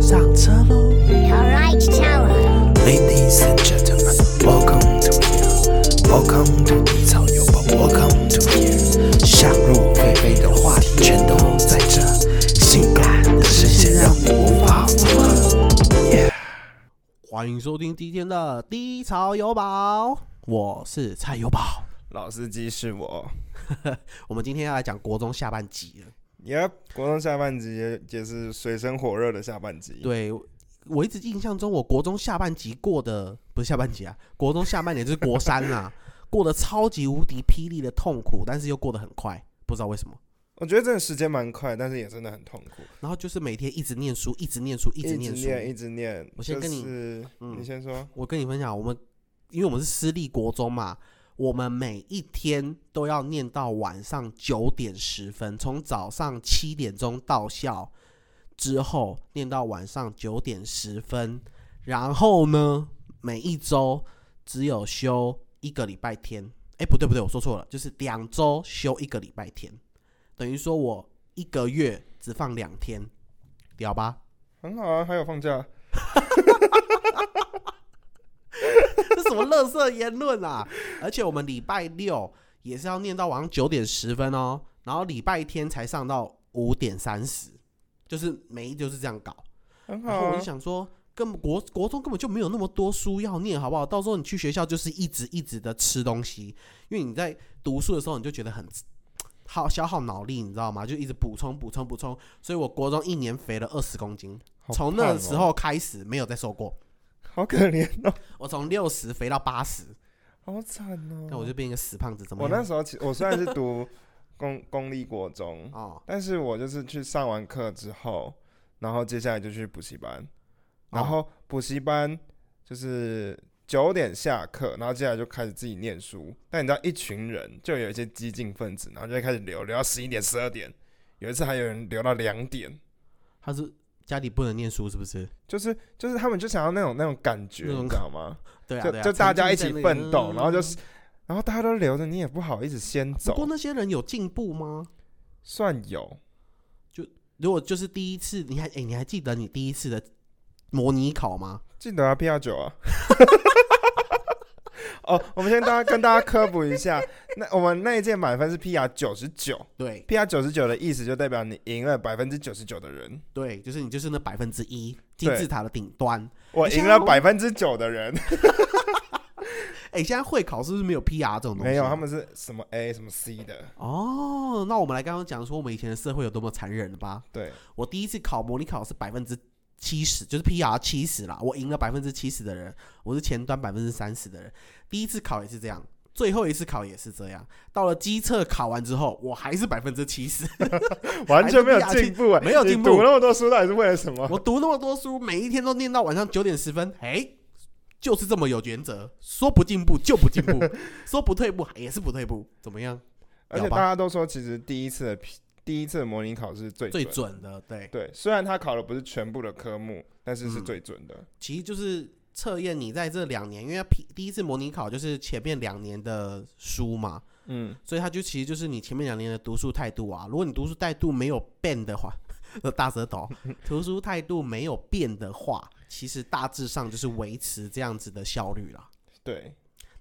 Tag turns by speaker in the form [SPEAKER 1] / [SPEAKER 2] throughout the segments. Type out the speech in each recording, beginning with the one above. [SPEAKER 1] 上车喽
[SPEAKER 2] Alright, Tower.
[SPEAKER 1] ，Ladies and gentlemen, welcome to here, welcome to 低潮有宝，welcome to here。想入非非的话题全都在这，性感的声线让你无法负荷。Yeah 欢迎收听今天的低潮有宝，我是蔡有宝。
[SPEAKER 3] 老司机是我。
[SPEAKER 1] 我们今天要来讲国中下半集了。
[SPEAKER 3] Yep，国中下半集也也是水深火热的下半集。，
[SPEAKER 1] 对我一直印象中，我国中下半集过的不是下半集啊， 国中下半年就是国三啊， 过得超级无敌霹雳的痛苦，但是又过得很快，不知道为什么。
[SPEAKER 3] 我觉得真的时间蛮快，但是也真的很痛苦，
[SPEAKER 1] 然后就是每天一直念书，一直念书，一
[SPEAKER 3] 一
[SPEAKER 1] 直念
[SPEAKER 3] 念，
[SPEAKER 1] 书。
[SPEAKER 3] 一直念。
[SPEAKER 1] 我先跟你
[SPEAKER 3] 就是
[SPEAKER 1] 嗯
[SPEAKER 3] 你先说。
[SPEAKER 1] 我跟你分享，我们因为我们是私立国中嘛，我们每一天都要念到晚上九点十分，从早上七点钟到校之后念到晚上九点十分，然后呢，每一周只有休一个礼拜天。哎，不对不对，我说错了，就是两周休一个礼拜天，等于说我一个月只放两天，了吧？
[SPEAKER 3] 很好啊，还有放假。
[SPEAKER 1] 这什么垃圾言论啊！而且我们礼拜六也是要念到晚上九点十分哦，然后礼拜天才上到五点三十，就是每一就是这样搞。
[SPEAKER 3] 很
[SPEAKER 1] 然
[SPEAKER 3] 好、
[SPEAKER 1] 后我
[SPEAKER 3] 啊
[SPEAKER 1] 就，想说，根本国国中根本就没有那么多书要念，好不好？到时候你去学校就是一直一直的吃东西，因为你在读书的时候你就觉得很耗消耗脑力，你知道吗？就一直补充补充补充，所以我国中一年肥了二十公斤，
[SPEAKER 3] 好
[SPEAKER 1] 从那
[SPEAKER 3] 胖哦
[SPEAKER 1] 时候开始没有再瘦过，
[SPEAKER 3] 好可怜哦，
[SPEAKER 1] 我从六十肥到八十。
[SPEAKER 3] 好惨哦。
[SPEAKER 1] 那我就变一个死胖子，怎么
[SPEAKER 3] 我哦那
[SPEAKER 1] 样？
[SPEAKER 3] 时候其我虽然是读公公立国中，
[SPEAKER 1] 哦，
[SPEAKER 3] 但是我就是去上完课之后，然后接下来就去补习班，然后
[SPEAKER 1] 哦
[SPEAKER 3] 补习班就是九点下课，然后接下来就开始自己念书。但你知道，一群人就有一些激进分子，然后就会开始留，留到十一点、十二点。有一次还有人留到两点，
[SPEAKER 1] 他是家里不能念书，是不是？
[SPEAKER 3] 就是就是他们就想要那种那种感觉，
[SPEAKER 1] 那种
[SPEAKER 3] 你知道吗？
[SPEAKER 1] 对啊，
[SPEAKER 3] 就
[SPEAKER 1] 对啊
[SPEAKER 3] 就大家一起
[SPEAKER 1] 曾经在那个
[SPEAKER 3] 奋斗，然后就
[SPEAKER 1] 嗯
[SPEAKER 3] 是然后大家都留着，你也不好意思先
[SPEAKER 1] 不过
[SPEAKER 3] 走，
[SPEAKER 1] 那些人有进步吗？
[SPEAKER 3] 算有。
[SPEAKER 1] 如果就是第一次，你还哎、你还记得你第一次的模拟考吗？
[SPEAKER 3] 记得啊，P 二九啊。 哦，我们先大家跟大家科普一下，那我们那一届满分是 P R 九十九
[SPEAKER 1] 对
[SPEAKER 3] ，P R 九十九的意思就代表你赢了百分之九十九的人，
[SPEAKER 1] 对，就是你就是那百分之一金字塔的顶端。
[SPEAKER 3] 我
[SPEAKER 1] 你现
[SPEAKER 3] 赢
[SPEAKER 1] 在
[SPEAKER 3] 了百分之九的人，
[SPEAKER 1] 哎、现在会考是不是没有 PR 这种东西？
[SPEAKER 3] 没有，他们是什么 A 什么 C 的，
[SPEAKER 1] 哦，那我们来刚刚讲说我们以前的社会有多么残忍了吧？
[SPEAKER 3] 对，
[SPEAKER 1] 我第一次考模拟考是百分之七十，就是 PR 七十啦，我赢了百分之七十的人，我是前端百分之三十的人。第一次考也是这样，最后一次考也是这样。到了机测考完之后，我还是百分之七十。
[SPEAKER 3] 完全没有进步哎、
[SPEAKER 1] 没有进步
[SPEAKER 3] 你读那么多书到底是为了什么？
[SPEAKER 1] 我读那么多书，每一天都念到晚上九点十分，哎、就是这么有原则，说不进步就不进步，说不退步也是不退步，怎么样？
[SPEAKER 3] 而且大家都说，其实第一次的 P 第一次的模拟考是最
[SPEAKER 1] 最
[SPEAKER 3] 准
[SPEAKER 1] 准的，对，
[SPEAKER 3] 对，虽然他考的不是全部的科目，但是是
[SPEAKER 1] 嗯
[SPEAKER 3] 最准的。
[SPEAKER 1] 其实就是测验你在这两年，因为 P 第一次模拟考就是前面两年的书嘛，
[SPEAKER 3] 嗯，
[SPEAKER 1] 所以它就其实就是你前面两年的读书态度啊。如果你读书态度没有变的话，呃大舌 头，读书态度没有变的话，其实大致上就是维持这样子的效率啦。
[SPEAKER 3] 对，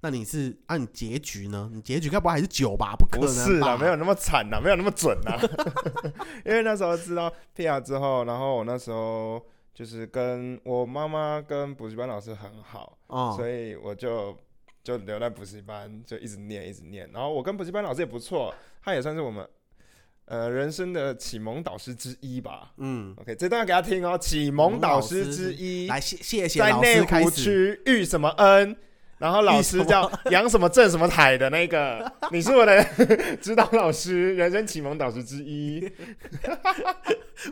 [SPEAKER 1] 那你是按结局呢？你结局该不会还是九吧？不可
[SPEAKER 3] 不
[SPEAKER 1] 能
[SPEAKER 3] 是啊
[SPEAKER 1] 吧
[SPEAKER 3] 啦，没有那么惨啦，没有那么准啦。 因为那时候知道 PR 之后，然后我那时候就是跟我妈妈跟补习班老师很好，
[SPEAKER 1] 哦，
[SPEAKER 3] 所以我就就留在补习班，就一直念一直念。然后我跟补习班老师也不错，他也算是我们呃人生的启蒙导师之一吧。
[SPEAKER 1] 嗯，
[SPEAKER 3] OK，这段要给他听哦，启蒙导师之一，
[SPEAKER 1] 来谢谢谢
[SPEAKER 3] 在
[SPEAKER 1] 老
[SPEAKER 3] 内
[SPEAKER 1] 师开
[SPEAKER 3] 湖
[SPEAKER 1] 始。
[SPEAKER 3] 区遇什么恩，然后老
[SPEAKER 1] 遇什
[SPEAKER 3] 师
[SPEAKER 1] 么
[SPEAKER 3] 叫杨什么正什么台的那个，你是我的 指导老师，人生启蒙导师之一。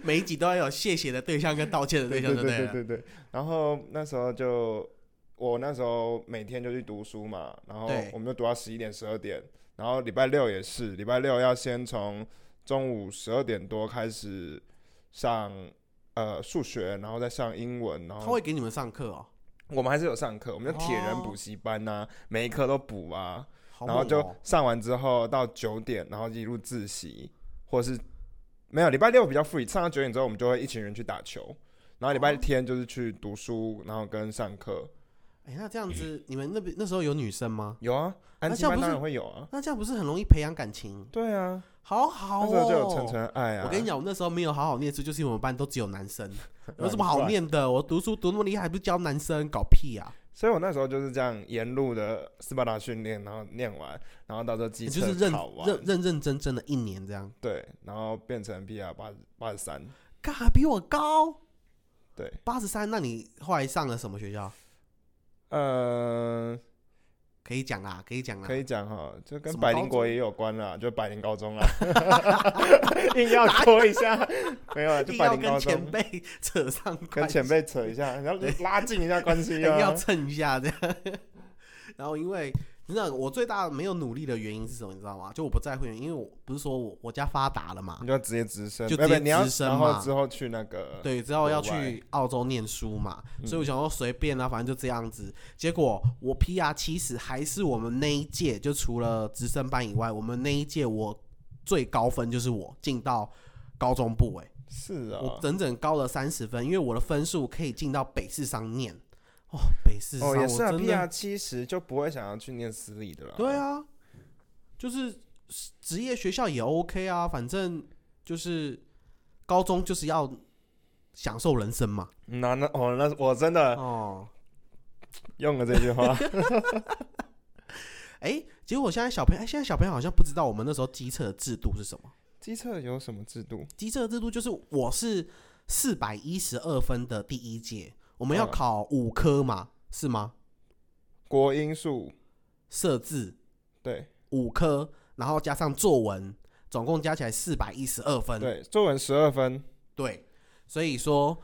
[SPEAKER 1] 每一集都要有谢谢的对象跟道歉的对
[SPEAKER 3] 对
[SPEAKER 1] 象，
[SPEAKER 3] 对
[SPEAKER 1] 对不
[SPEAKER 3] 对对
[SPEAKER 1] 对？
[SPEAKER 3] 对对。然后那时候就我那时候每天就去读书嘛，然后
[SPEAKER 1] 对
[SPEAKER 3] 我们就读到十一点十二点，然后礼拜六也是，礼拜六要先从中午十二点多开始上呃数学，然后再上英文，然
[SPEAKER 1] 他
[SPEAKER 3] 后
[SPEAKER 1] 会给你们上课哦，
[SPEAKER 3] 我们还是有上课，我们就铁人
[SPEAKER 1] 哦
[SPEAKER 3] 补习班呐、每一课都补啊。
[SPEAKER 1] 好
[SPEAKER 3] 然后
[SPEAKER 1] 猛
[SPEAKER 3] 就
[SPEAKER 1] 哦
[SPEAKER 3] 上完之后到九点，然后一路自习，或是没有礼拜六比较 free，上到九点之后我们就会一群人去打球，然后礼
[SPEAKER 1] 哦
[SPEAKER 3] 拜天就是去读书，然后跟上课。
[SPEAKER 1] 哎、那这样子，你们那边那时候有女生吗？
[SPEAKER 3] 有啊，安
[SPEAKER 1] 那
[SPEAKER 3] 亲
[SPEAKER 1] 这样
[SPEAKER 3] 班
[SPEAKER 1] 不
[SPEAKER 3] 当
[SPEAKER 1] 是
[SPEAKER 3] 然会有啊。
[SPEAKER 1] 那这样不是很容易培养感情？
[SPEAKER 3] 对啊，
[SPEAKER 1] 好好
[SPEAKER 3] 那
[SPEAKER 1] 哦，
[SPEAKER 3] 时候就有纯纯爱啊。
[SPEAKER 1] 我跟你讲，我那时候没有好好念书，就是因为我们班都只有男 生，有什么
[SPEAKER 3] 难
[SPEAKER 1] 好
[SPEAKER 3] 怪
[SPEAKER 1] 念的？我读书读那么厉害，不是教男生搞屁 啊！
[SPEAKER 3] 所以我那时候就是这样沿路的斯巴达训练，然后念完，然后到时候机
[SPEAKER 1] 你
[SPEAKER 3] 车
[SPEAKER 1] 就是认
[SPEAKER 3] 考完，
[SPEAKER 1] 认认认真真的一年这样，
[SPEAKER 3] 对，然后变成 PR 八八十三，
[SPEAKER 1] 干还比我高
[SPEAKER 3] 对，
[SPEAKER 1] 八十三。那你后来上了什么学校？
[SPEAKER 3] 呃，
[SPEAKER 1] 可以讲啦，可以讲啦，
[SPEAKER 3] 可以讲哈，就跟
[SPEAKER 1] 什么
[SPEAKER 3] 百
[SPEAKER 1] 高
[SPEAKER 3] 灵国
[SPEAKER 1] 中
[SPEAKER 3] 也有关啦，就百灵高中 啦，硬要拖一 下，没有啊，就
[SPEAKER 1] 一定
[SPEAKER 3] 百
[SPEAKER 1] 要
[SPEAKER 3] 灵高
[SPEAKER 1] 跟前
[SPEAKER 3] 中，
[SPEAKER 1] 辈 扯上
[SPEAKER 3] 跟
[SPEAKER 1] 关系，
[SPEAKER 3] 前辈扯一 下，然后
[SPEAKER 1] 对
[SPEAKER 3] 拉近一下关 系
[SPEAKER 1] 一定要
[SPEAKER 3] 啊，
[SPEAKER 1] 蹭一下这样。 然后因为你知道我最大没有努力的原因是什么？你知道吗？就我不在乎，因为我不是说我我家发达了嘛
[SPEAKER 3] 你，就直接直升，
[SPEAKER 1] 就
[SPEAKER 3] 没有
[SPEAKER 1] 直接
[SPEAKER 3] 没有你要
[SPEAKER 1] 直升
[SPEAKER 3] 然
[SPEAKER 1] 嘛
[SPEAKER 3] 后之后去那个，
[SPEAKER 1] 对，之后要
[SPEAKER 3] 国外
[SPEAKER 1] 去澳洲念书嘛，
[SPEAKER 3] 嗯
[SPEAKER 1] 所以我想说随便啊，反正就这样子。结果我 PR 其实还是我们那一届，就除了直升班以外，我们那一届我最高分就是我进到高中部、欸，
[SPEAKER 3] 是
[SPEAKER 1] 我
[SPEAKER 3] 啊，
[SPEAKER 1] 整整高了三十分，因为我的分数可以进到北市商念。哦，北市商、
[SPEAKER 3] 哦也是啊
[SPEAKER 1] 我真的
[SPEAKER 3] ，PR 七十就不会想要去念私立的啦，
[SPEAKER 1] 对啊，就是职业学校也 OK 啊，反正就是高中就是要享受人生嘛。
[SPEAKER 3] 那那哦，那我真的
[SPEAKER 1] 哦。
[SPEAKER 3] 用了这句 话，
[SPEAKER 1] 哎、结果现在小朋友，哎，现在小朋友好像不知道我们那时候机测的制度是什么。
[SPEAKER 3] 机测有什么制度？
[SPEAKER 1] 机测的制度就是我是四百一十二分的第一届，我们要
[SPEAKER 3] 嗯
[SPEAKER 1] 考五科嘛，是吗？
[SPEAKER 3] 国英数
[SPEAKER 1] 设置
[SPEAKER 3] 对
[SPEAKER 1] 五科，然后加上作文，总共加起来四百一十二分。
[SPEAKER 3] 对，作文十二分，
[SPEAKER 1] 对所以说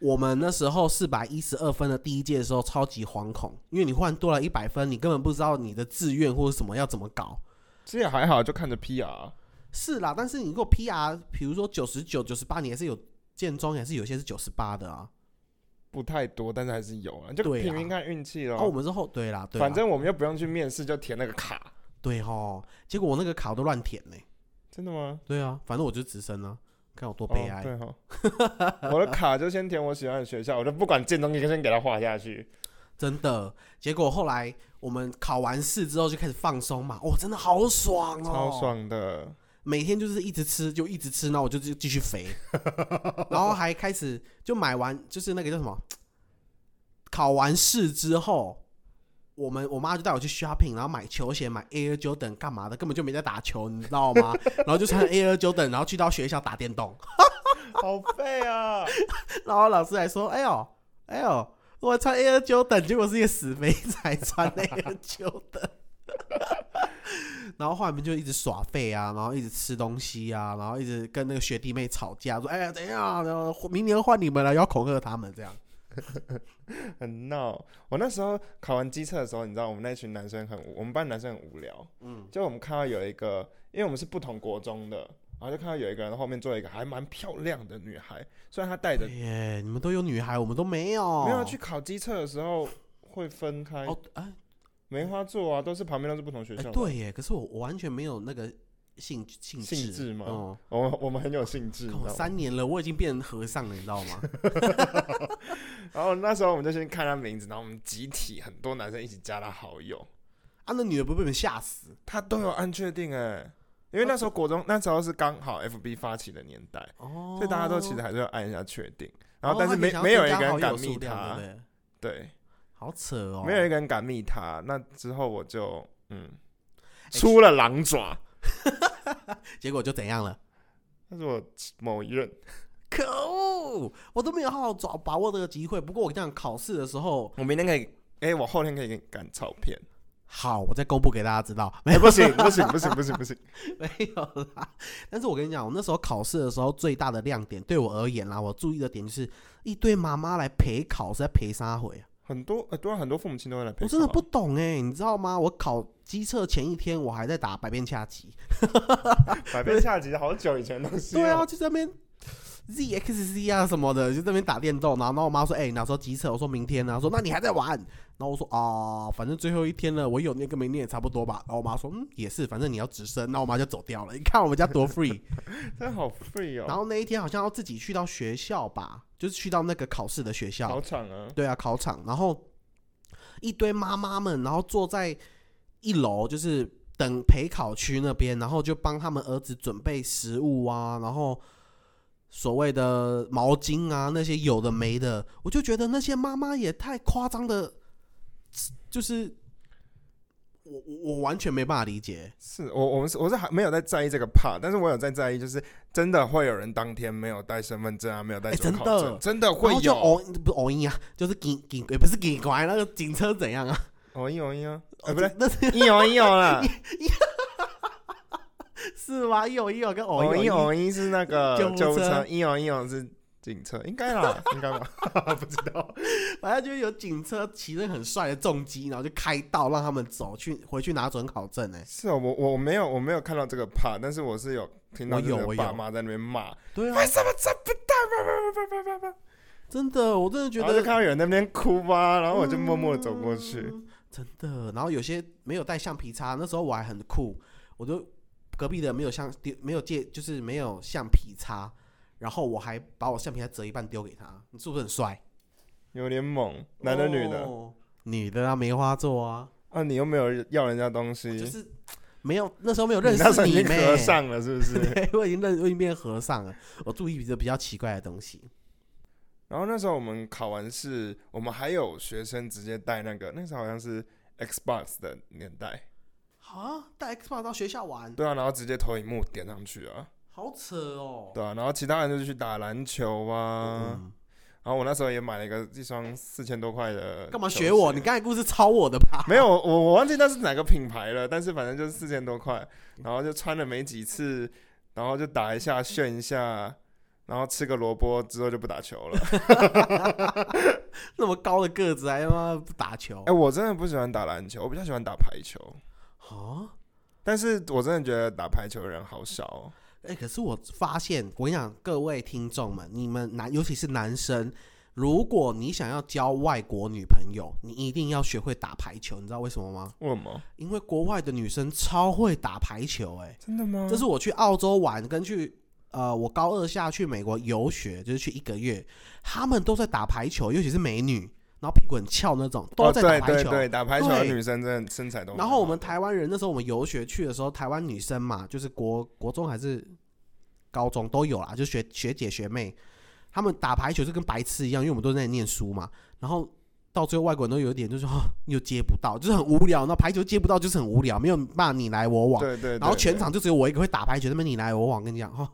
[SPEAKER 1] 我们那时候四百一十二分的第一届的时候超级惶恐，因为你忽然多了一百分，你根本不知道你的志愿或者什么要怎么搞。
[SPEAKER 3] 这也还好，就看着啊 PR。
[SPEAKER 1] 是啦，但是你如果 PR，比如说九十九、九十八，你还是有建中，还是有些是九十八的啊。
[SPEAKER 3] 不太多，但是还是有啊，就
[SPEAKER 1] 对啊
[SPEAKER 3] 拼拼看运气
[SPEAKER 1] 然
[SPEAKER 3] 咯。
[SPEAKER 1] 后、我们是后对啦，对啊啦
[SPEAKER 3] 反正我们又不用去面试，就填那个卡。
[SPEAKER 1] 对吼。结果我那个卡都乱填呢、
[SPEAKER 3] 真的吗？
[SPEAKER 1] 对啊，反正我就直升啊，看我多悲
[SPEAKER 3] 哦、
[SPEAKER 1] 哀。
[SPEAKER 3] 对哈、我的卡就先填我喜欢的学校，我就不管建中，先给它画下去。
[SPEAKER 1] 真的。结果后来我们考完试之后就开始放松嘛，哦，真的好爽哦，
[SPEAKER 3] 超。爽的，
[SPEAKER 1] 每天就是一直吃，就一直吃，那我就继继续肥，然后还开始就买完，就是那个叫什么，考完试之后，我们我妈就带我去 shopping，然后买球鞋，买 Air Jordan 干嘛的，根本就没在打球，你知道吗？然后就穿 Air Jordan，然后去到学校打电动，
[SPEAKER 3] 好废啊！
[SPEAKER 1] 然后老师还说：“哎呦，哎呦，我穿 Air Jordan，结果是一个死肥仔穿 Air Jordan。”然后后来我们就一直耍废啊，然后一直吃东西啊，然后一直跟那个学弟妹吵架，说：“哎呀，怎样？然后明年换你们了，要恐吓他们这样。
[SPEAKER 3] 很闹。我那时候考完机测的时候，你知道我们那群男生很无，我们班男生很无聊。嗯，就我们看到有一个，因为我们是不同国中的，然后就看到有一个人后面坐一个还蛮漂亮的女孩，虽然她”带着
[SPEAKER 1] 对，耶，你们都有女孩，我们都没有。
[SPEAKER 3] 没有啊去考机测的时候会分开，
[SPEAKER 1] 哦，哎
[SPEAKER 3] 梅花座啊，都是旁边都是不同学
[SPEAKER 1] 哎
[SPEAKER 3] 校，的。
[SPEAKER 1] 对耶，可是我我完全没有那个兴兴致
[SPEAKER 3] 兴致吗
[SPEAKER 1] 哦、
[SPEAKER 3] 我们我们很有兴致，你
[SPEAKER 1] 看
[SPEAKER 3] 知
[SPEAKER 1] 我
[SPEAKER 3] 道吗？
[SPEAKER 1] 三年了，我已经变成和尚了，你知道吗？
[SPEAKER 3] 然后那时候我们就先看她名字，然后我们集体很多男生一起加她好友，
[SPEAKER 1] 啊，那女的不被你们吓死？
[SPEAKER 3] 她都有按确定哎、因为那时候国中那时候是刚好 FB 发起的年代，
[SPEAKER 1] 哦，
[SPEAKER 3] 所以大家都其实还是要按一下确定，然
[SPEAKER 1] 哦
[SPEAKER 3] 后但是
[SPEAKER 1] 他
[SPEAKER 3] 没
[SPEAKER 1] 想要
[SPEAKER 3] 没有
[SPEAKER 1] 增
[SPEAKER 3] 一
[SPEAKER 1] 加
[SPEAKER 3] 个人
[SPEAKER 1] 好友
[SPEAKER 3] 敢
[SPEAKER 1] 数
[SPEAKER 3] 密
[SPEAKER 1] 量
[SPEAKER 3] 她
[SPEAKER 1] 对，不对？
[SPEAKER 3] 对，
[SPEAKER 1] 好扯哦，
[SPEAKER 3] 没有一个人敢密她。那之后我就嗯
[SPEAKER 1] 哎
[SPEAKER 3] 出了狼爪，
[SPEAKER 1] 结果就怎样了？
[SPEAKER 3] 那是我某一任，
[SPEAKER 1] 可恶，我都没有好好抓把握这个机会。不过我跟你讲，考试的时候，
[SPEAKER 3] 我明天可以，哎、我后天可以给你赶照 片，
[SPEAKER 1] 好，我再公布给大家知道，没
[SPEAKER 3] 哎、不行不行不行不行不行，
[SPEAKER 1] 没有啦。但是我跟你讲，我那时候考试的时候最大的亮点，对我而言啦，我注意的点就是一堆妈妈来陪考，是在陪啥回啊？
[SPEAKER 3] 很多呃，对啊，很多父母亲都会来陪考啊。
[SPEAKER 1] 我真的不懂哎、你知道吗？我考机测前一天，我还在打百变恰吉，
[SPEAKER 3] 百变下集好久以前的东西、
[SPEAKER 1] 对啊，，就在那边 ZXC 啊什么的，就在那边打电动。然后，然后我妈说：“哎、你哪时候机车？”我说明天啊。她说：“那你还在玩？”然后我说：“哦，反正最后一天了，我有念跟没念也差不多吧。”然后我妈说：“嗯，也是，反正你要直升。”那我妈就走掉了。你看我们家多 free。
[SPEAKER 3] 真的好 free
[SPEAKER 1] 然
[SPEAKER 3] 哦，
[SPEAKER 1] 后那一天好像要自己去到学校吧，就是去到那个考试的学校
[SPEAKER 3] 好。场啊，
[SPEAKER 1] 对啊，考场，然后一堆妈妈们，然后坐在一楼，就是等陪考区那边，然后就帮他们儿子准备食物啊，然后所谓的毛巾啊那些有的没的，我就觉得那些妈妈也太夸张的，就是我我我完全没办法理解。
[SPEAKER 3] 是我我们是我是还没有在在意这个 part，但是我有在在意，就是真的会有人当天没有带身份证啊，没有带
[SPEAKER 1] 哎
[SPEAKER 3] 准
[SPEAKER 1] 真
[SPEAKER 3] 考
[SPEAKER 1] 的
[SPEAKER 3] 证，真的
[SPEAKER 1] 然
[SPEAKER 3] 会
[SPEAKER 1] 后就
[SPEAKER 3] 有，
[SPEAKER 1] 偶不是偶音啊，就是警警也不是警官，那个警车怎样啊？
[SPEAKER 3] 哦一哦一啊，哎不对，
[SPEAKER 1] 那是
[SPEAKER 3] 一哦一哦啦，
[SPEAKER 1] 是吗？一偶一偶跟偶
[SPEAKER 3] 哦
[SPEAKER 1] 一
[SPEAKER 3] 一
[SPEAKER 1] 偶
[SPEAKER 3] 哦一是那个
[SPEAKER 1] 救护
[SPEAKER 3] 救护
[SPEAKER 1] 车
[SPEAKER 3] 车，一哦一哦是警车，应该啦，应该吧，不知道，
[SPEAKER 1] 反正就是有警车骑着很帅的重机，然后就开道让他们走去回去拿准考证、哎，
[SPEAKER 3] 是哦，我我没有我没有看到这个 part，但是我是有听到
[SPEAKER 1] 我有
[SPEAKER 3] 就是
[SPEAKER 1] 我有
[SPEAKER 3] 爸妈在那边骂，
[SPEAKER 1] 对啊
[SPEAKER 3] 为，什么这不带？叭叭叭叭叭叭叭。
[SPEAKER 1] 真的，我真的觉
[SPEAKER 3] 然
[SPEAKER 1] 得
[SPEAKER 3] 后就看到有人在那边哭吧，然后我就默默的走过去。
[SPEAKER 1] 嗯真的。然后有些没有带橡皮擦，那时候我还很酷，我就隔壁的没有橡丢没有借，就是没有橡皮擦，然后我还把我橡皮擦折一半丢给他，你是不是很帅？
[SPEAKER 3] 有点猛，男的女的、
[SPEAKER 1] 哦女的啊，梅花座啊，
[SPEAKER 3] 啊，你又没有要人家东西，
[SPEAKER 1] 哦就是没有那时候没有认
[SPEAKER 3] 那时
[SPEAKER 1] 识
[SPEAKER 3] 候已经
[SPEAKER 1] 妹
[SPEAKER 3] 合。上了，是 不是？
[SPEAKER 1] 对，我已经认我已经变和尚了。我注意比较比较奇怪的东西。
[SPEAKER 3] 然后那时候我们考完试，我们还有学生直接带那个，那时候好像是 Xbox 的年代，
[SPEAKER 1] 啊，带 Xbox 到学校玩，
[SPEAKER 3] 对啊，然后直接投影幕点上去啊，
[SPEAKER 1] 好扯哦。
[SPEAKER 3] 对啊，然后其他人就去打篮球啊，
[SPEAKER 1] 嗯，
[SPEAKER 3] 然后我那时候也买了一个一双四千多块的，
[SPEAKER 1] 干嘛学我？你刚才故事抄我的吧？
[SPEAKER 3] 没有，我我忘记那是哪个品牌了，但是反正就是四千多块，然后就穿了没几次，然后就打一下炫一下，然后吃个萝卜之后就不打球 了。
[SPEAKER 1] 那么高的个子还他妈不打球
[SPEAKER 3] 哎、我真的不喜欢打篮球，我比较喜欢打排球，
[SPEAKER 1] 啊？
[SPEAKER 3] 但是我真的觉得打排球的人好少、哦。
[SPEAKER 1] 哎、可是我发现，我跟你讲，各位听众们，你们男，尤其是男生，如果你想要交外国女朋友，你一定要学会打排球，你知道为什么吗？
[SPEAKER 3] 为什么？
[SPEAKER 1] 因为国外的女生超会打排球、哎，
[SPEAKER 3] 真的吗？
[SPEAKER 1] 这是我去澳洲玩跟去呃我高二下去美国游学，就是去一个月，他们都在打排球，尤其是美女，然后屁股很翘那种，都
[SPEAKER 3] 哦，
[SPEAKER 1] 在
[SPEAKER 3] 对
[SPEAKER 1] 打
[SPEAKER 3] 对
[SPEAKER 1] 排球。
[SPEAKER 3] 对，打排球的
[SPEAKER 1] 对
[SPEAKER 3] 女生真的身材都很好。
[SPEAKER 1] 然后我们台湾人那时候我们游学去的时候，台湾女生嘛，就是国国中还是高中都有啦，就学学姐学妹，他们打排球就跟白痴一样，因为我们都在念书嘛。然后到最后外国人都有一点就是哦，又接不到，就是很无聊。那排球接不到就是很无聊，没有骂你来我往。
[SPEAKER 3] 对对对，
[SPEAKER 1] 然后全
[SPEAKER 3] 对
[SPEAKER 1] 场就只有我一个会打排球，那边你来我往，跟你讲哈、哦，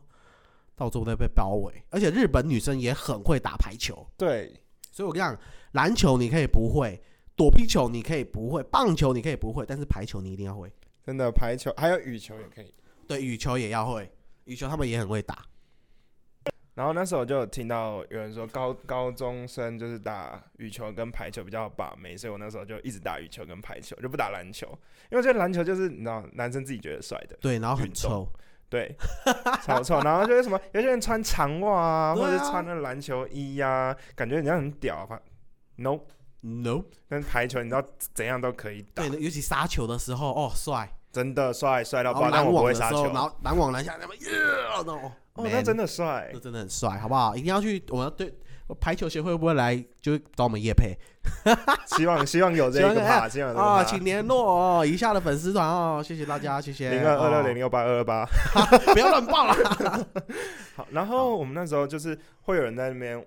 [SPEAKER 1] 到最后都被包围。而且日本女生也很会打排球，
[SPEAKER 3] 对
[SPEAKER 1] 所以我跟你讲，篮球你可以不会，躲避球你可以不会，棒球你可以不会，但是排球你一定要会。
[SPEAKER 3] 真的排球还有羽球也可以。
[SPEAKER 1] 对，羽球也要会，羽球他们也很会打。
[SPEAKER 3] 然后那时候就有听到有人说高高中生就是打羽球跟排球比较好把妹，所以我那时候就一直打羽球跟排球，就不打篮球，因为我觉得篮球就是你知道男生自己觉得帅的，
[SPEAKER 1] 对，然后很
[SPEAKER 3] 运动
[SPEAKER 1] 臭，
[SPEAKER 3] 对，超臭。然后就是什么有些人穿长袜啊，
[SPEAKER 1] 对啊
[SPEAKER 3] 或者是穿那篮球衣呀、啊，感觉人家很屌啊。反 no，
[SPEAKER 1] no，
[SPEAKER 3] 但是排球你知道怎样都可以打
[SPEAKER 1] 对，，尤其杀球的时候，哦，帅，
[SPEAKER 3] 真的帅帅到
[SPEAKER 1] 然
[SPEAKER 3] 爆
[SPEAKER 1] 后，
[SPEAKER 3] 但
[SPEAKER 1] 拦
[SPEAKER 3] 啊我不
[SPEAKER 1] 网
[SPEAKER 3] 会
[SPEAKER 1] 的
[SPEAKER 3] 杀
[SPEAKER 1] 时
[SPEAKER 3] 球
[SPEAKER 1] 候，。然后拦网拦下，那么耶，那种
[SPEAKER 3] 哦，那真
[SPEAKER 1] 的，
[SPEAKER 3] 的帅
[SPEAKER 1] 这，真的很帅，好不好？一定要去，我们要对排球协会会不会来，就找我们叶配？
[SPEAKER 3] 希望希望有这一个
[SPEAKER 1] 希望哎
[SPEAKER 3] 吧，希望有这个
[SPEAKER 1] 啊，
[SPEAKER 3] 吧。
[SPEAKER 1] 请联络哦，以下的粉丝团哦，谢谢大家，谢谢。
[SPEAKER 3] 嗯零二二六零
[SPEAKER 1] 零，
[SPEAKER 3] 六八二二八。
[SPEAKER 1] 不要乱报 了。
[SPEAKER 3] 好，然后我们那时候就是会有人在那边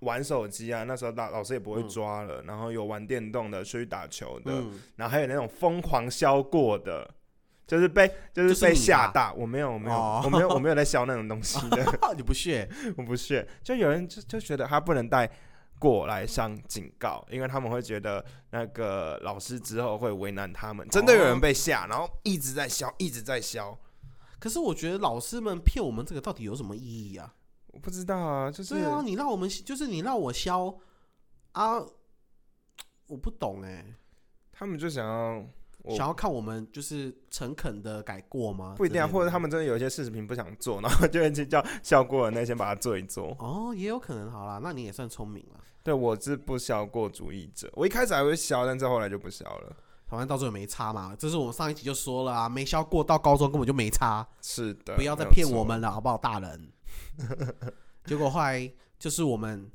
[SPEAKER 3] 玩手机啊，那时候大老师也不会抓了，然后有玩电动的，出去打球的，
[SPEAKER 1] 嗯，
[SPEAKER 3] 然后还有那种疯狂削过的。就是被就
[SPEAKER 1] 就是是
[SPEAKER 3] 被
[SPEAKER 1] 你
[SPEAKER 3] 吓
[SPEAKER 1] 吧
[SPEAKER 3] 大，我没有我没有、
[SPEAKER 1] 哦
[SPEAKER 3] 我没有我没有在削那种东西的，
[SPEAKER 1] 你不屑？
[SPEAKER 3] 我不屑。就有人就就觉得他不能带过来上警告，因为他们会觉得那个老师之后会为难他们。真的有人
[SPEAKER 1] 哦
[SPEAKER 3] 被吓，然后一直在削，一直在削。
[SPEAKER 1] 可是我觉得老师们骗我们这个到底有什么意义啊？
[SPEAKER 3] 我不知道啊，就是
[SPEAKER 1] 对啊，你让我们就是你让我消啊，我不懂哎、
[SPEAKER 3] 他们就想要，我我
[SPEAKER 1] 想要看我们就是诚恳的改过吗？
[SPEAKER 3] 不一定
[SPEAKER 1] 之
[SPEAKER 3] 啊，
[SPEAKER 1] 类的
[SPEAKER 3] 或者他们真的有一些事情不想做，然后就会去叫 笑过的那先把它做一做。
[SPEAKER 1] 哦，也有可能。好啦，那你也算聪明了。
[SPEAKER 3] 对我是不消过主义者，我一开始还会消，但是后来就不消了。
[SPEAKER 1] 反正到最后没差嘛，这是我们上一集就说了啊，没消过到高中根本就没差，
[SPEAKER 3] 是的，
[SPEAKER 1] 不要再
[SPEAKER 3] 没有
[SPEAKER 1] 骗
[SPEAKER 3] 错
[SPEAKER 1] 我。们了，好不好，大 人？结果后来就是我们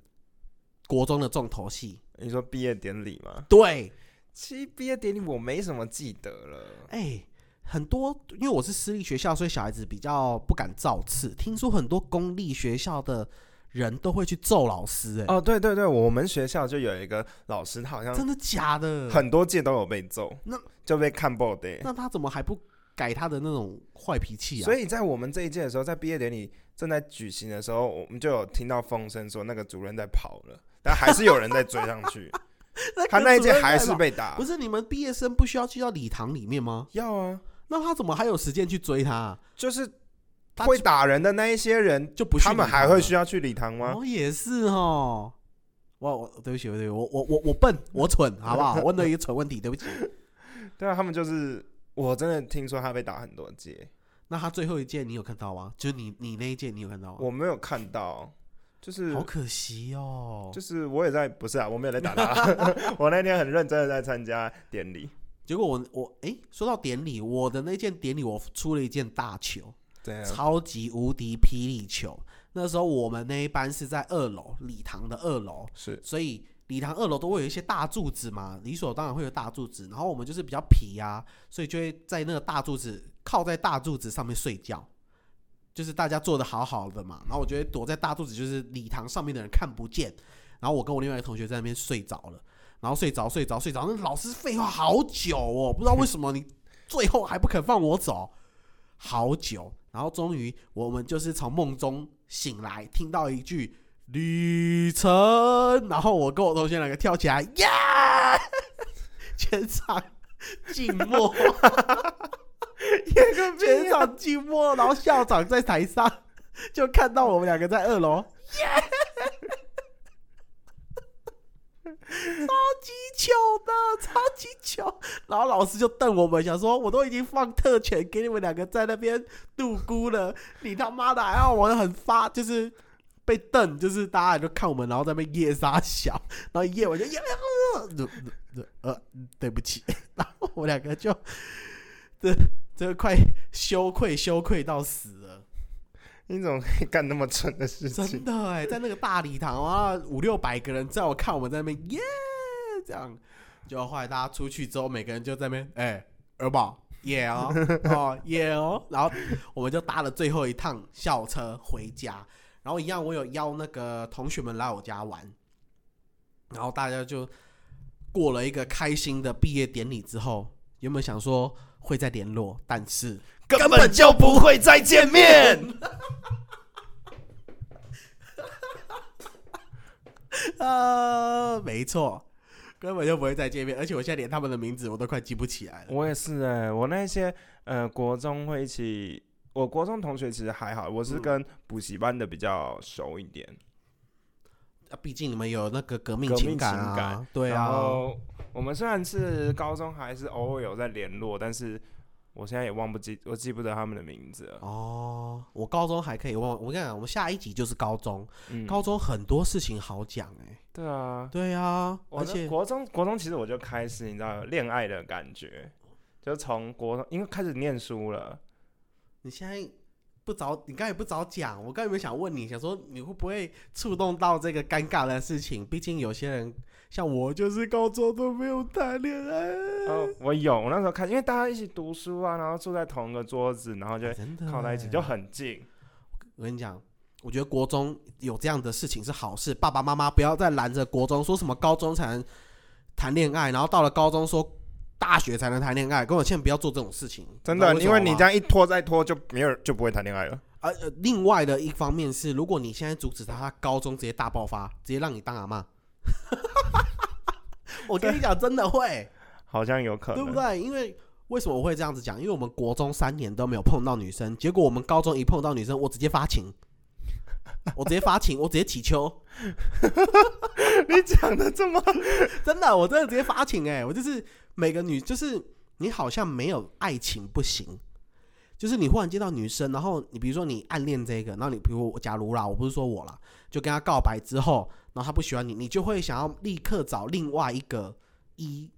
[SPEAKER 1] 国中的重头戏，
[SPEAKER 3] 你说毕业典礼吗？
[SPEAKER 1] 对，
[SPEAKER 3] 其实毕业典礼我没什么记得了。
[SPEAKER 1] 哎、很多因为我是私立学校，所以小孩子比较不敢造次。听说很多公立学校的人都会去揍老师、哎、
[SPEAKER 3] 哦，对对对，我们学校就有一个老师，他好像
[SPEAKER 1] 真的假的？
[SPEAKER 3] 很多届都有被揍，
[SPEAKER 1] 那
[SPEAKER 3] 就被看爆的。
[SPEAKER 1] 那他怎么还不改他的那种坏脾气啊？
[SPEAKER 3] 所以在我们这一届的时候，在毕业典礼正在举行的时候，我们就有听到风声说那个主任在跑了，但还是有人在追上去。
[SPEAKER 1] 那
[SPEAKER 3] 他
[SPEAKER 1] 跟
[SPEAKER 3] 那一
[SPEAKER 1] 主
[SPEAKER 3] 届
[SPEAKER 1] 任
[SPEAKER 3] 还
[SPEAKER 1] 在
[SPEAKER 3] 是
[SPEAKER 1] 跑
[SPEAKER 3] 被打
[SPEAKER 1] 不，是你们毕业生不需要去到礼堂里面吗？
[SPEAKER 3] 要啊，
[SPEAKER 1] 那他怎么还有时间去追他啊？
[SPEAKER 3] 就是
[SPEAKER 1] 他
[SPEAKER 3] 会
[SPEAKER 1] 就
[SPEAKER 3] 打人的那一些人，
[SPEAKER 1] 就不去
[SPEAKER 3] 他们
[SPEAKER 1] 礼堂
[SPEAKER 3] 还会
[SPEAKER 1] 了
[SPEAKER 3] 需要去礼啊堂吗？
[SPEAKER 1] 哦，也是哦。我我对不起，对不起，我我我我笨，我 蠢，好不好？问了一个蠢问题，对不起。
[SPEAKER 3] 对啊，他们就是我真的听说他被打很多届，
[SPEAKER 1] 那他最后一件你有看到吗？就是你你那一件你有看到吗？
[SPEAKER 3] 我没有看到，就是
[SPEAKER 1] 好可惜哦，
[SPEAKER 3] 就是我也在不是啊，我没有在打 他，我那天很认真的在参加典礼，
[SPEAKER 1] 结果我我哎、说到典礼，我的那件典礼我出了一件大球，
[SPEAKER 3] 对啊，
[SPEAKER 1] 超级无敌霹雳球。那时候我们那一班是在二楼礼堂的二楼，
[SPEAKER 3] 是
[SPEAKER 1] 所以礼堂二楼都会有一些大柱子嘛，理所当然会有大柱子。然后我们就是比较皮啊，所以就会在那个大柱子靠在大柱子上面睡觉，就是大家坐的好好的嘛。然后我就会躲在大柱子，就是礼堂上面的人看不见。然后我跟我另外一个同学在那边睡着了，然后睡着睡着睡着，那老师废话好久哦，不知道为什么你最后还不肯放我走，好久。然后终于我们就是从梦中醒来，听到一句旅程，然后我跟我同学两个跳起来，耶！全场静默，全场静默，然后校长在台上就看到我们两个在二楼，耶！超级糗的，超级糗。然后老师就瞪我们，想说我都已经放特权给你们两个在那边度孤了，你他妈的还要我很发，就是被瞪，就是大家就看我们，然后在那边夜杀小，然后一夜我就夜呃呃呃，对不起， 然后我两个就这这快羞愧羞愧到死了，
[SPEAKER 3] 你怎么可以干那么蠢的事情
[SPEAKER 1] 真？的哎，在那个大礼堂啊，五六百个人在我看我们在那边耶这样，就后来大家出去之后，每个人就在那边哎儿宝。耶 哦，哦耶哦，然后我们就搭了最后一趟校车回家，然后一样，我有邀那个同学们来我家玩，然后大家就过了一个开心的毕业典礼之后，原本想说会再联络，但是
[SPEAKER 3] 根本就不会再见面。
[SPEAKER 1] 呃，没错，根本就不会再见面，而且我现在连他们的名字我都快记不起来了。
[SPEAKER 3] 我也是哎、我那些呃国中会一起，我国中同学其实还好，我是跟补习班的比较熟一点。
[SPEAKER 1] 啊毕竟你们有那个革命
[SPEAKER 3] 革命
[SPEAKER 1] 情感啊，
[SPEAKER 3] 情感
[SPEAKER 1] 对
[SPEAKER 3] 然
[SPEAKER 1] 啊，
[SPEAKER 3] 后我们虽然是高中还是偶尔有在联络，但是我现在也忘不记，我记不得他们的名字了。
[SPEAKER 1] 哦，我高中还可以忘，我跟你讲，我们下一集就是高中，
[SPEAKER 3] 嗯，
[SPEAKER 1] 高中很多事情好讲哎、
[SPEAKER 3] 对啊，
[SPEAKER 1] 对啊，
[SPEAKER 3] 我
[SPEAKER 1] 而
[SPEAKER 3] 那
[SPEAKER 1] 且
[SPEAKER 3] 国中国中其实我就开始你知道有恋爱的感觉，就从国中因为开始念书了。
[SPEAKER 1] 你现在不早，你刚才也不早讲，我刚才有没有想问你，想说你会不会触动到这个尴尬的事情？毕竟有些人像我，就是高中都没有谈恋爱。
[SPEAKER 3] 哦，我有，我那时候看，因为大家一起读书啊，然后坐在同一个桌子，然后就会
[SPEAKER 1] 真的
[SPEAKER 3] 靠在一起
[SPEAKER 1] 欸
[SPEAKER 3] 就很近。
[SPEAKER 1] 我跟你讲，我觉得国中有这样的事情是好事，爸爸妈妈不要再拦着国中说什么高中才能谈恋爱，然后到了高中说大学才能谈恋爱，跟我千万不要做这种事情。
[SPEAKER 3] 真
[SPEAKER 1] 知道
[SPEAKER 3] 的，
[SPEAKER 1] 什
[SPEAKER 3] 因为
[SPEAKER 1] 么
[SPEAKER 3] 你
[SPEAKER 1] 吗
[SPEAKER 3] 这样一拖再拖，就没有就不会谈恋爱了。
[SPEAKER 1] 呃呃，另外的一方面是，如果你现在阻止他，他高中直接大爆发，直接让你当阿妈。 我跟你讲，真的会，
[SPEAKER 3] 好像有可能，
[SPEAKER 1] 对不对？因为为什么我会这样子讲？因为我们国中三年都没有碰到女生，结果我们高中一碰到女生，我直接发情，我直接发情，我直接起秋，
[SPEAKER 3] 你讲的这 么
[SPEAKER 1] 欸真的，我真的直接发情哎、我就是每个女，就是你好像没有爱情不行。就是你忽然见到女生，然后你比如说你暗恋这个，然后你比如我假如啦，我不是说我啦，就跟她告白之后，然后她不喜欢你，你就会想要立刻找另外一个依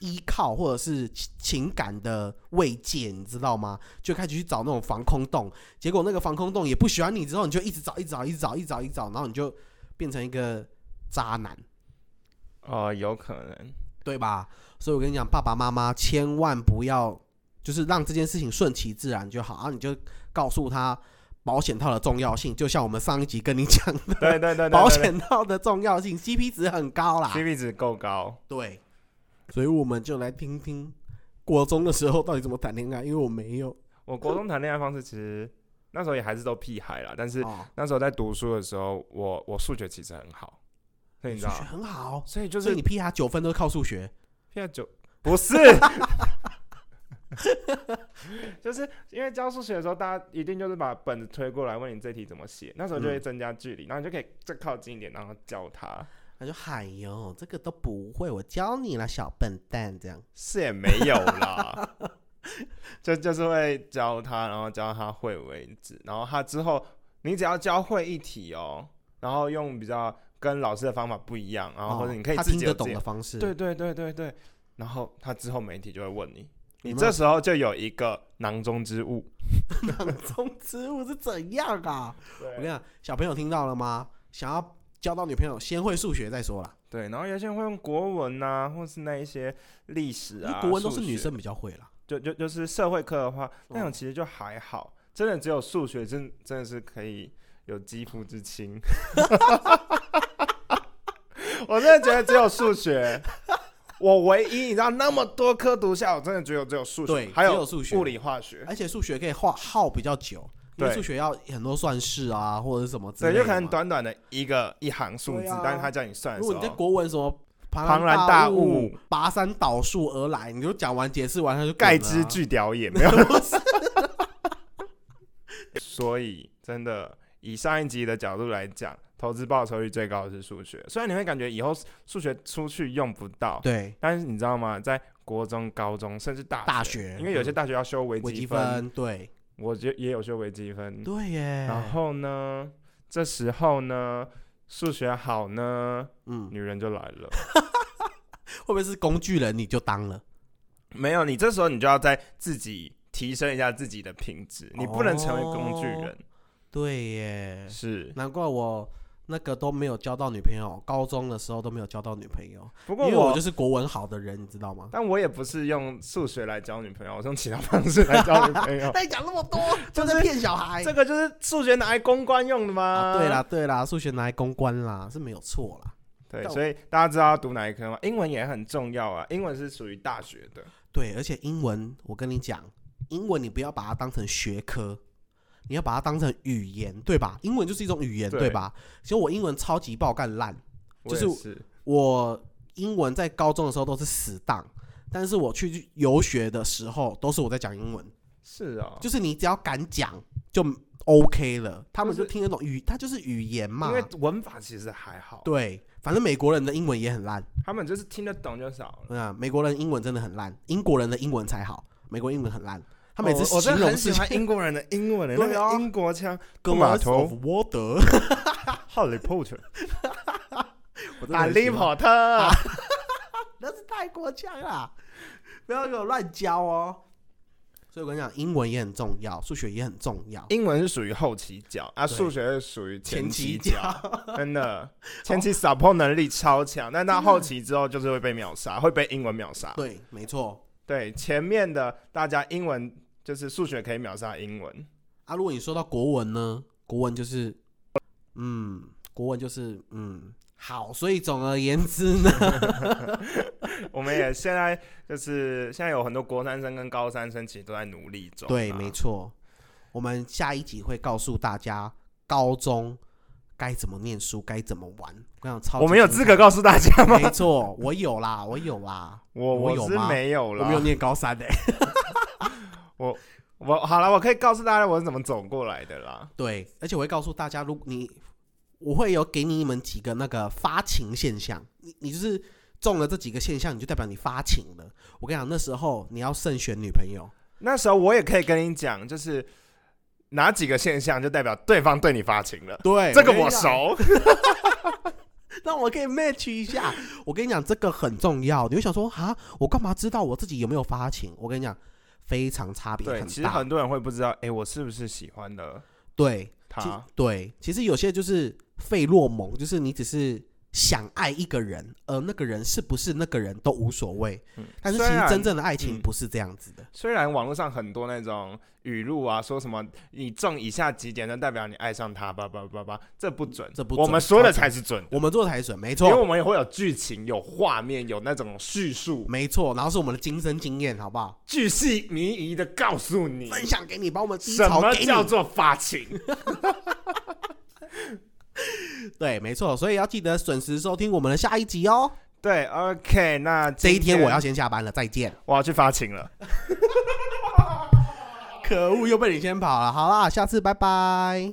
[SPEAKER 1] 依靠或者是情情感的慰藉，你知道吗？就开始去找那种防空洞，结果那个防空洞也不喜欢你，之后你就一直找，一直找，一直找，一直找，一直找，然后你就变成一个渣男。
[SPEAKER 3] 哦，有可能，
[SPEAKER 1] 对吧？所以我跟你讲，爸爸妈妈千万不要，就是让这件事情顺其自然就好啊！你就告诉他保险套的重要性，就像我们上一集跟你讲的，
[SPEAKER 3] 对对对对，
[SPEAKER 1] 保险套的重要性，CP 值很高啦。
[SPEAKER 3] CP 值够高，
[SPEAKER 1] 对，所以我们就来听听国中的时候到底怎么谈恋爱，因为我没有。
[SPEAKER 3] 我国中谈恋爱方式其实那时候也还是都屁孩啦，但是
[SPEAKER 1] 哦，
[SPEAKER 3] 那时候在读书的时候，我我数学其实很好，所以
[SPEAKER 1] 数
[SPEAKER 3] 你知
[SPEAKER 1] 学
[SPEAKER 3] 道，
[SPEAKER 1] 很好，
[SPEAKER 3] 所以就
[SPEAKER 1] 所
[SPEAKER 3] 是
[SPEAKER 1] 以你批他九分都是靠数学。
[SPEAKER 3] 现在九不是，就是因为教数学的时候，大家一定就是把本子推过来问你这题怎么写，那时候就会
[SPEAKER 1] 嗯
[SPEAKER 3] 增加距离，然后你就可以再靠近一点，然后教他。
[SPEAKER 1] 他就嗨哟，这个都不会，我教你啦，小笨蛋，这样。
[SPEAKER 3] 是也没有啦， 就就是会教他，然后教他会为止。然后他之后，你只要教会一题哦，然后用比较跟老师的方法不一样，然后或者你可以
[SPEAKER 1] 哦他
[SPEAKER 3] 自
[SPEAKER 1] 听
[SPEAKER 3] 己
[SPEAKER 1] 得
[SPEAKER 3] 有自
[SPEAKER 1] 懂
[SPEAKER 3] 己
[SPEAKER 1] 的方式。
[SPEAKER 3] 对对对对对。然后他之后每一题就会问你，你
[SPEAKER 1] 有没有
[SPEAKER 3] 这时候就有一个囊中之物。
[SPEAKER 1] 囊中之物是怎样啊？我跟你讲，小朋友听到了吗？想要交到女朋友，先会数学再说啦。
[SPEAKER 3] 对，然后有些人会用国文呐、或是那一些历史
[SPEAKER 1] 因为
[SPEAKER 3] 啊，
[SPEAKER 1] 国文都是
[SPEAKER 3] 数学
[SPEAKER 1] 女，生比较会啦。
[SPEAKER 3] 就就就是社会课的话，
[SPEAKER 1] 嗯
[SPEAKER 3] 那种其实就还好，真的只有数学真真的是可以有肌肤之亲。 我真的觉得只有数学，我唯一你知道那么多科读下，我真的只有只有数学，
[SPEAKER 1] 对
[SPEAKER 3] 还
[SPEAKER 1] 只有数学哎
[SPEAKER 3] 物理化学，
[SPEAKER 1] 而且数学可以耗耗比较久，因为
[SPEAKER 3] 对
[SPEAKER 1] 数学要很多算式啊，或者是什么之类
[SPEAKER 3] 对，
[SPEAKER 1] 的
[SPEAKER 3] 就
[SPEAKER 1] 嘛。
[SPEAKER 3] 可能短短的一个一行数字，
[SPEAKER 1] 对啊
[SPEAKER 3] 但是他叫你算的
[SPEAKER 1] 如
[SPEAKER 3] 时
[SPEAKER 1] 果你在
[SPEAKER 3] 候，
[SPEAKER 1] 国文什么
[SPEAKER 3] 庞然大
[SPEAKER 1] 物
[SPEAKER 3] 物、
[SPEAKER 1] 跋山倒树而来，你就讲完解释完，他就
[SPEAKER 3] 盖
[SPEAKER 1] 滚了啊
[SPEAKER 3] 之 巨屌也没有。
[SPEAKER 1] 不是
[SPEAKER 3] 所以真的，以上一集的角度来讲，投资报酬率最高的是数学。虽然你会感觉以后数学出去用不到，
[SPEAKER 1] 对
[SPEAKER 3] 但是你知道吗？在国中、高中甚至大学
[SPEAKER 1] 大学
[SPEAKER 3] 因为有些大学要修微
[SPEAKER 1] 微
[SPEAKER 3] 积
[SPEAKER 1] 积
[SPEAKER 3] 分，
[SPEAKER 1] 分，嗯对
[SPEAKER 3] 我就也有修微积分。
[SPEAKER 1] 对耶。
[SPEAKER 3] 然后呢，这时候呢，数学好呢，
[SPEAKER 1] 嗯，
[SPEAKER 3] 女人就来了。
[SPEAKER 1] 会不会是工具人你就当了？
[SPEAKER 3] 没有，你这时候你就要在自己提升一下自己的品质，你不能成为工具人。
[SPEAKER 1] 对耶，
[SPEAKER 3] 是，
[SPEAKER 1] 难怪我那个都没有交到女朋友，高中的时候都没有交到女朋友，
[SPEAKER 3] 不过
[SPEAKER 1] 因为我
[SPEAKER 3] 我
[SPEAKER 1] 就是国文好的人，你知道 吗？
[SPEAKER 3] 但我也不是用数学来交女朋友，我是用其他方式来交女 朋友。
[SPEAKER 1] 但你讲那么多，
[SPEAKER 3] 就
[SPEAKER 1] 就是是骗小孩
[SPEAKER 3] 这。个就是数学拿来公关用的吗？
[SPEAKER 1] 啊，对啦，，对啦，数学拿来公关啦，是没有错啦。
[SPEAKER 3] 对，
[SPEAKER 1] 但我
[SPEAKER 3] 所以大家知道要读哪一科吗？英文也很重要啊，英文是属于大学的。
[SPEAKER 1] 对，而且英文，我跟你讲，英文你不要把它当成学科，你要把它当成语言，对吧？英文就是一种语言，
[SPEAKER 3] 对
[SPEAKER 1] 对吧？其实我英文超级爆干烂，
[SPEAKER 3] 我也
[SPEAKER 1] 就是我英文在高中的时候都是死档，但是我去游学的时候都是我在讲英文。
[SPEAKER 3] 是哦，
[SPEAKER 1] 就是你只要敢讲就 OK 了，他们
[SPEAKER 3] 就
[SPEAKER 1] 就是听得懂语，它就是语言嘛
[SPEAKER 3] 因。为文法其实还好，
[SPEAKER 1] 对，反正美国人的英文也很烂，
[SPEAKER 3] 他们就是听得懂就少了。
[SPEAKER 1] 啊，美国人英文真的很烂，英国人的英文才好，美国英文很烂，他每次
[SPEAKER 3] 哦我我
[SPEAKER 1] 形
[SPEAKER 3] 真的
[SPEAKER 1] 容
[SPEAKER 3] 很喜
[SPEAKER 1] 事
[SPEAKER 3] 欢
[SPEAKER 1] 情，
[SPEAKER 3] 英国人的英文的那
[SPEAKER 1] 对啊
[SPEAKER 3] 个英国腔，
[SPEAKER 1] 跟
[SPEAKER 3] 码
[SPEAKER 1] 我
[SPEAKER 3] 头
[SPEAKER 1] 沃德，
[SPEAKER 3] 《哈利波特》
[SPEAKER 1] 我真的
[SPEAKER 3] 哈
[SPEAKER 1] 很
[SPEAKER 3] 利
[SPEAKER 1] 喜欢，
[SPEAKER 3] 波特，
[SPEAKER 1] 那是泰国腔啦，不要给我乱教哦。所以我跟你讲，英文也很重要，数学也很重要，
[SPEAKER 3] 英文是属于后期角啊，
[SPEAKER 1] 对
[SPEAKER 3] 数学是属于前期
[SPEAKER 1] 期
[SPEAKER 3] 角。真 的，前期 support 能力超强，但
[SPEAKER 1] 嗯
[SPEAKER 3] 到后期之后就是会被秒杀，会被英文秒杀。
[SPEAKER 1] 对，没错。
[SPEAKER 3] 对，前面的大家英文就是数学可以秒杀英文，
[SPEAKER 1] 啊，如果你说到国文呢，国文就是，嗯，国文就是，嗯，好。所以总而言之 呢，
[SPEAKER 3] 我们也现在就是现在有很多国三生跟高三生其实都在努力中、啊
[SPEAKER 1] 对，没。错，我们下一集会告诉大家高中该怎么念书，该怎么玩。我想超，
[SPEAKER 3] 我们有资格。告诉大家吗？
[SPEAKER 1] 没错，我有啦，我有啦，
[SPEAKER 3] 我
[SPEAKER 1] 我有
[SPEAKER 3] 是
[SPEAKER 1] 吗
[SPEAKER 3] 没有
[SPEAKER 1] 我没有
[SPEAKER 3] 啦。
[SPEAKER 1] 念高三的、
[SPEAKER 3] 我我好了，我可以告诉大家我是怎么走过来的啦。
[SPEAKER 1] 对，而且我会告诉大家，如果你我会有给你们几个那个发情现象，你你就是中了这几个现象，你就代表你发情了。我跟你讲，那时候你要慎选女朋友。
[SPEAKER 3] 那时候我也可以跟你讲，就是哪几个现象就代表对方对你发情了。
[SPEAKER 1] 对，
[SPEAKER 3] 这个
[SPEAKER 1] 跟你
[SPEAKER 3] 我
[SPEAKER 1] 讲，
[SPEAKER 3] 熟，
[SPEAKER 1] 让我可以 match 一下。我跟你讲，这个很重要。你会想说，哈，我干嘛知道我自己有没有发情？我跟你讲，非常差别
[SPEAKER 3] 对，
[SPEAKER 1] 很
[SPEAKER 3] 其实
[SPEAKER 1] 大。
[SPEAKER 3] 很多人会不知道，哎，我是不是喜欢了
[SPEAKER 1] 对，其
[SPEAKER 3] 他？
[SPEAKER 1] 对，其实有些就是费洛蒙，就是你只是想爱一个人，而那个人是不是那个人都无所谓。
[SPEAKER 3] 嗯
[SPEAKER 1] 但是其
[SPEAKER 3] 虽
[SPEAKER 1] 实
[SPEAKER 3] 然
[SPEAKER 1] 真正的爱情
[SPEAKER 3] 嗯
[SPEAKER 1] 不是这样子的。
[SPEAKER 3] 虽然网络上很多那种语录啊，说什么你中以下几点就代表你爱上他，叭叭叭叭，这不准，
[SPEAKER 1] 这不
[SPEAKER 3] 我
[SPEAKER 1] 准
[SPEAKER 3] 们说的
[SPEAKER 1] 超
[SPEAKER 3] 才是准，
[SPEAKER 1] 我们做台准，没
[SPEAKER 3] 因为
[SPEAKER 1] 错，
[SPEAKER 3] 我们也会有剧情、有画面、有那种叙述，
[SPEAKER 1] 没错。然后是我们的亲身经验，好不好？
[SPEAKER 3] 巨细靡遗的告诉你
[SPEAKER 1] 分享给你，把我们低
[SPEAKER 3] 什
[SPEAKER 1] 潮
[SPEAKER 3] 么
[SPEAKER 1] 给
[SPEAKER 3] 叫
[SPEAKER 1] 你。
[SPEAKER 3] 做 发情。
[SPEAKER 1] 对，没错。所以要记得准时收听我们的下一集哦。
[SPEAKER 3] 对，OK，那
[SPEAKER 1] 这一
[SPEAKER 3] 今天
[SPEAKER 1] 天我要先下班了，再见。
[SPEAKER 3] 我要去发情了，
[SPEAKER 1] 可恶，又被你先跑了。好啦，下次拜拜。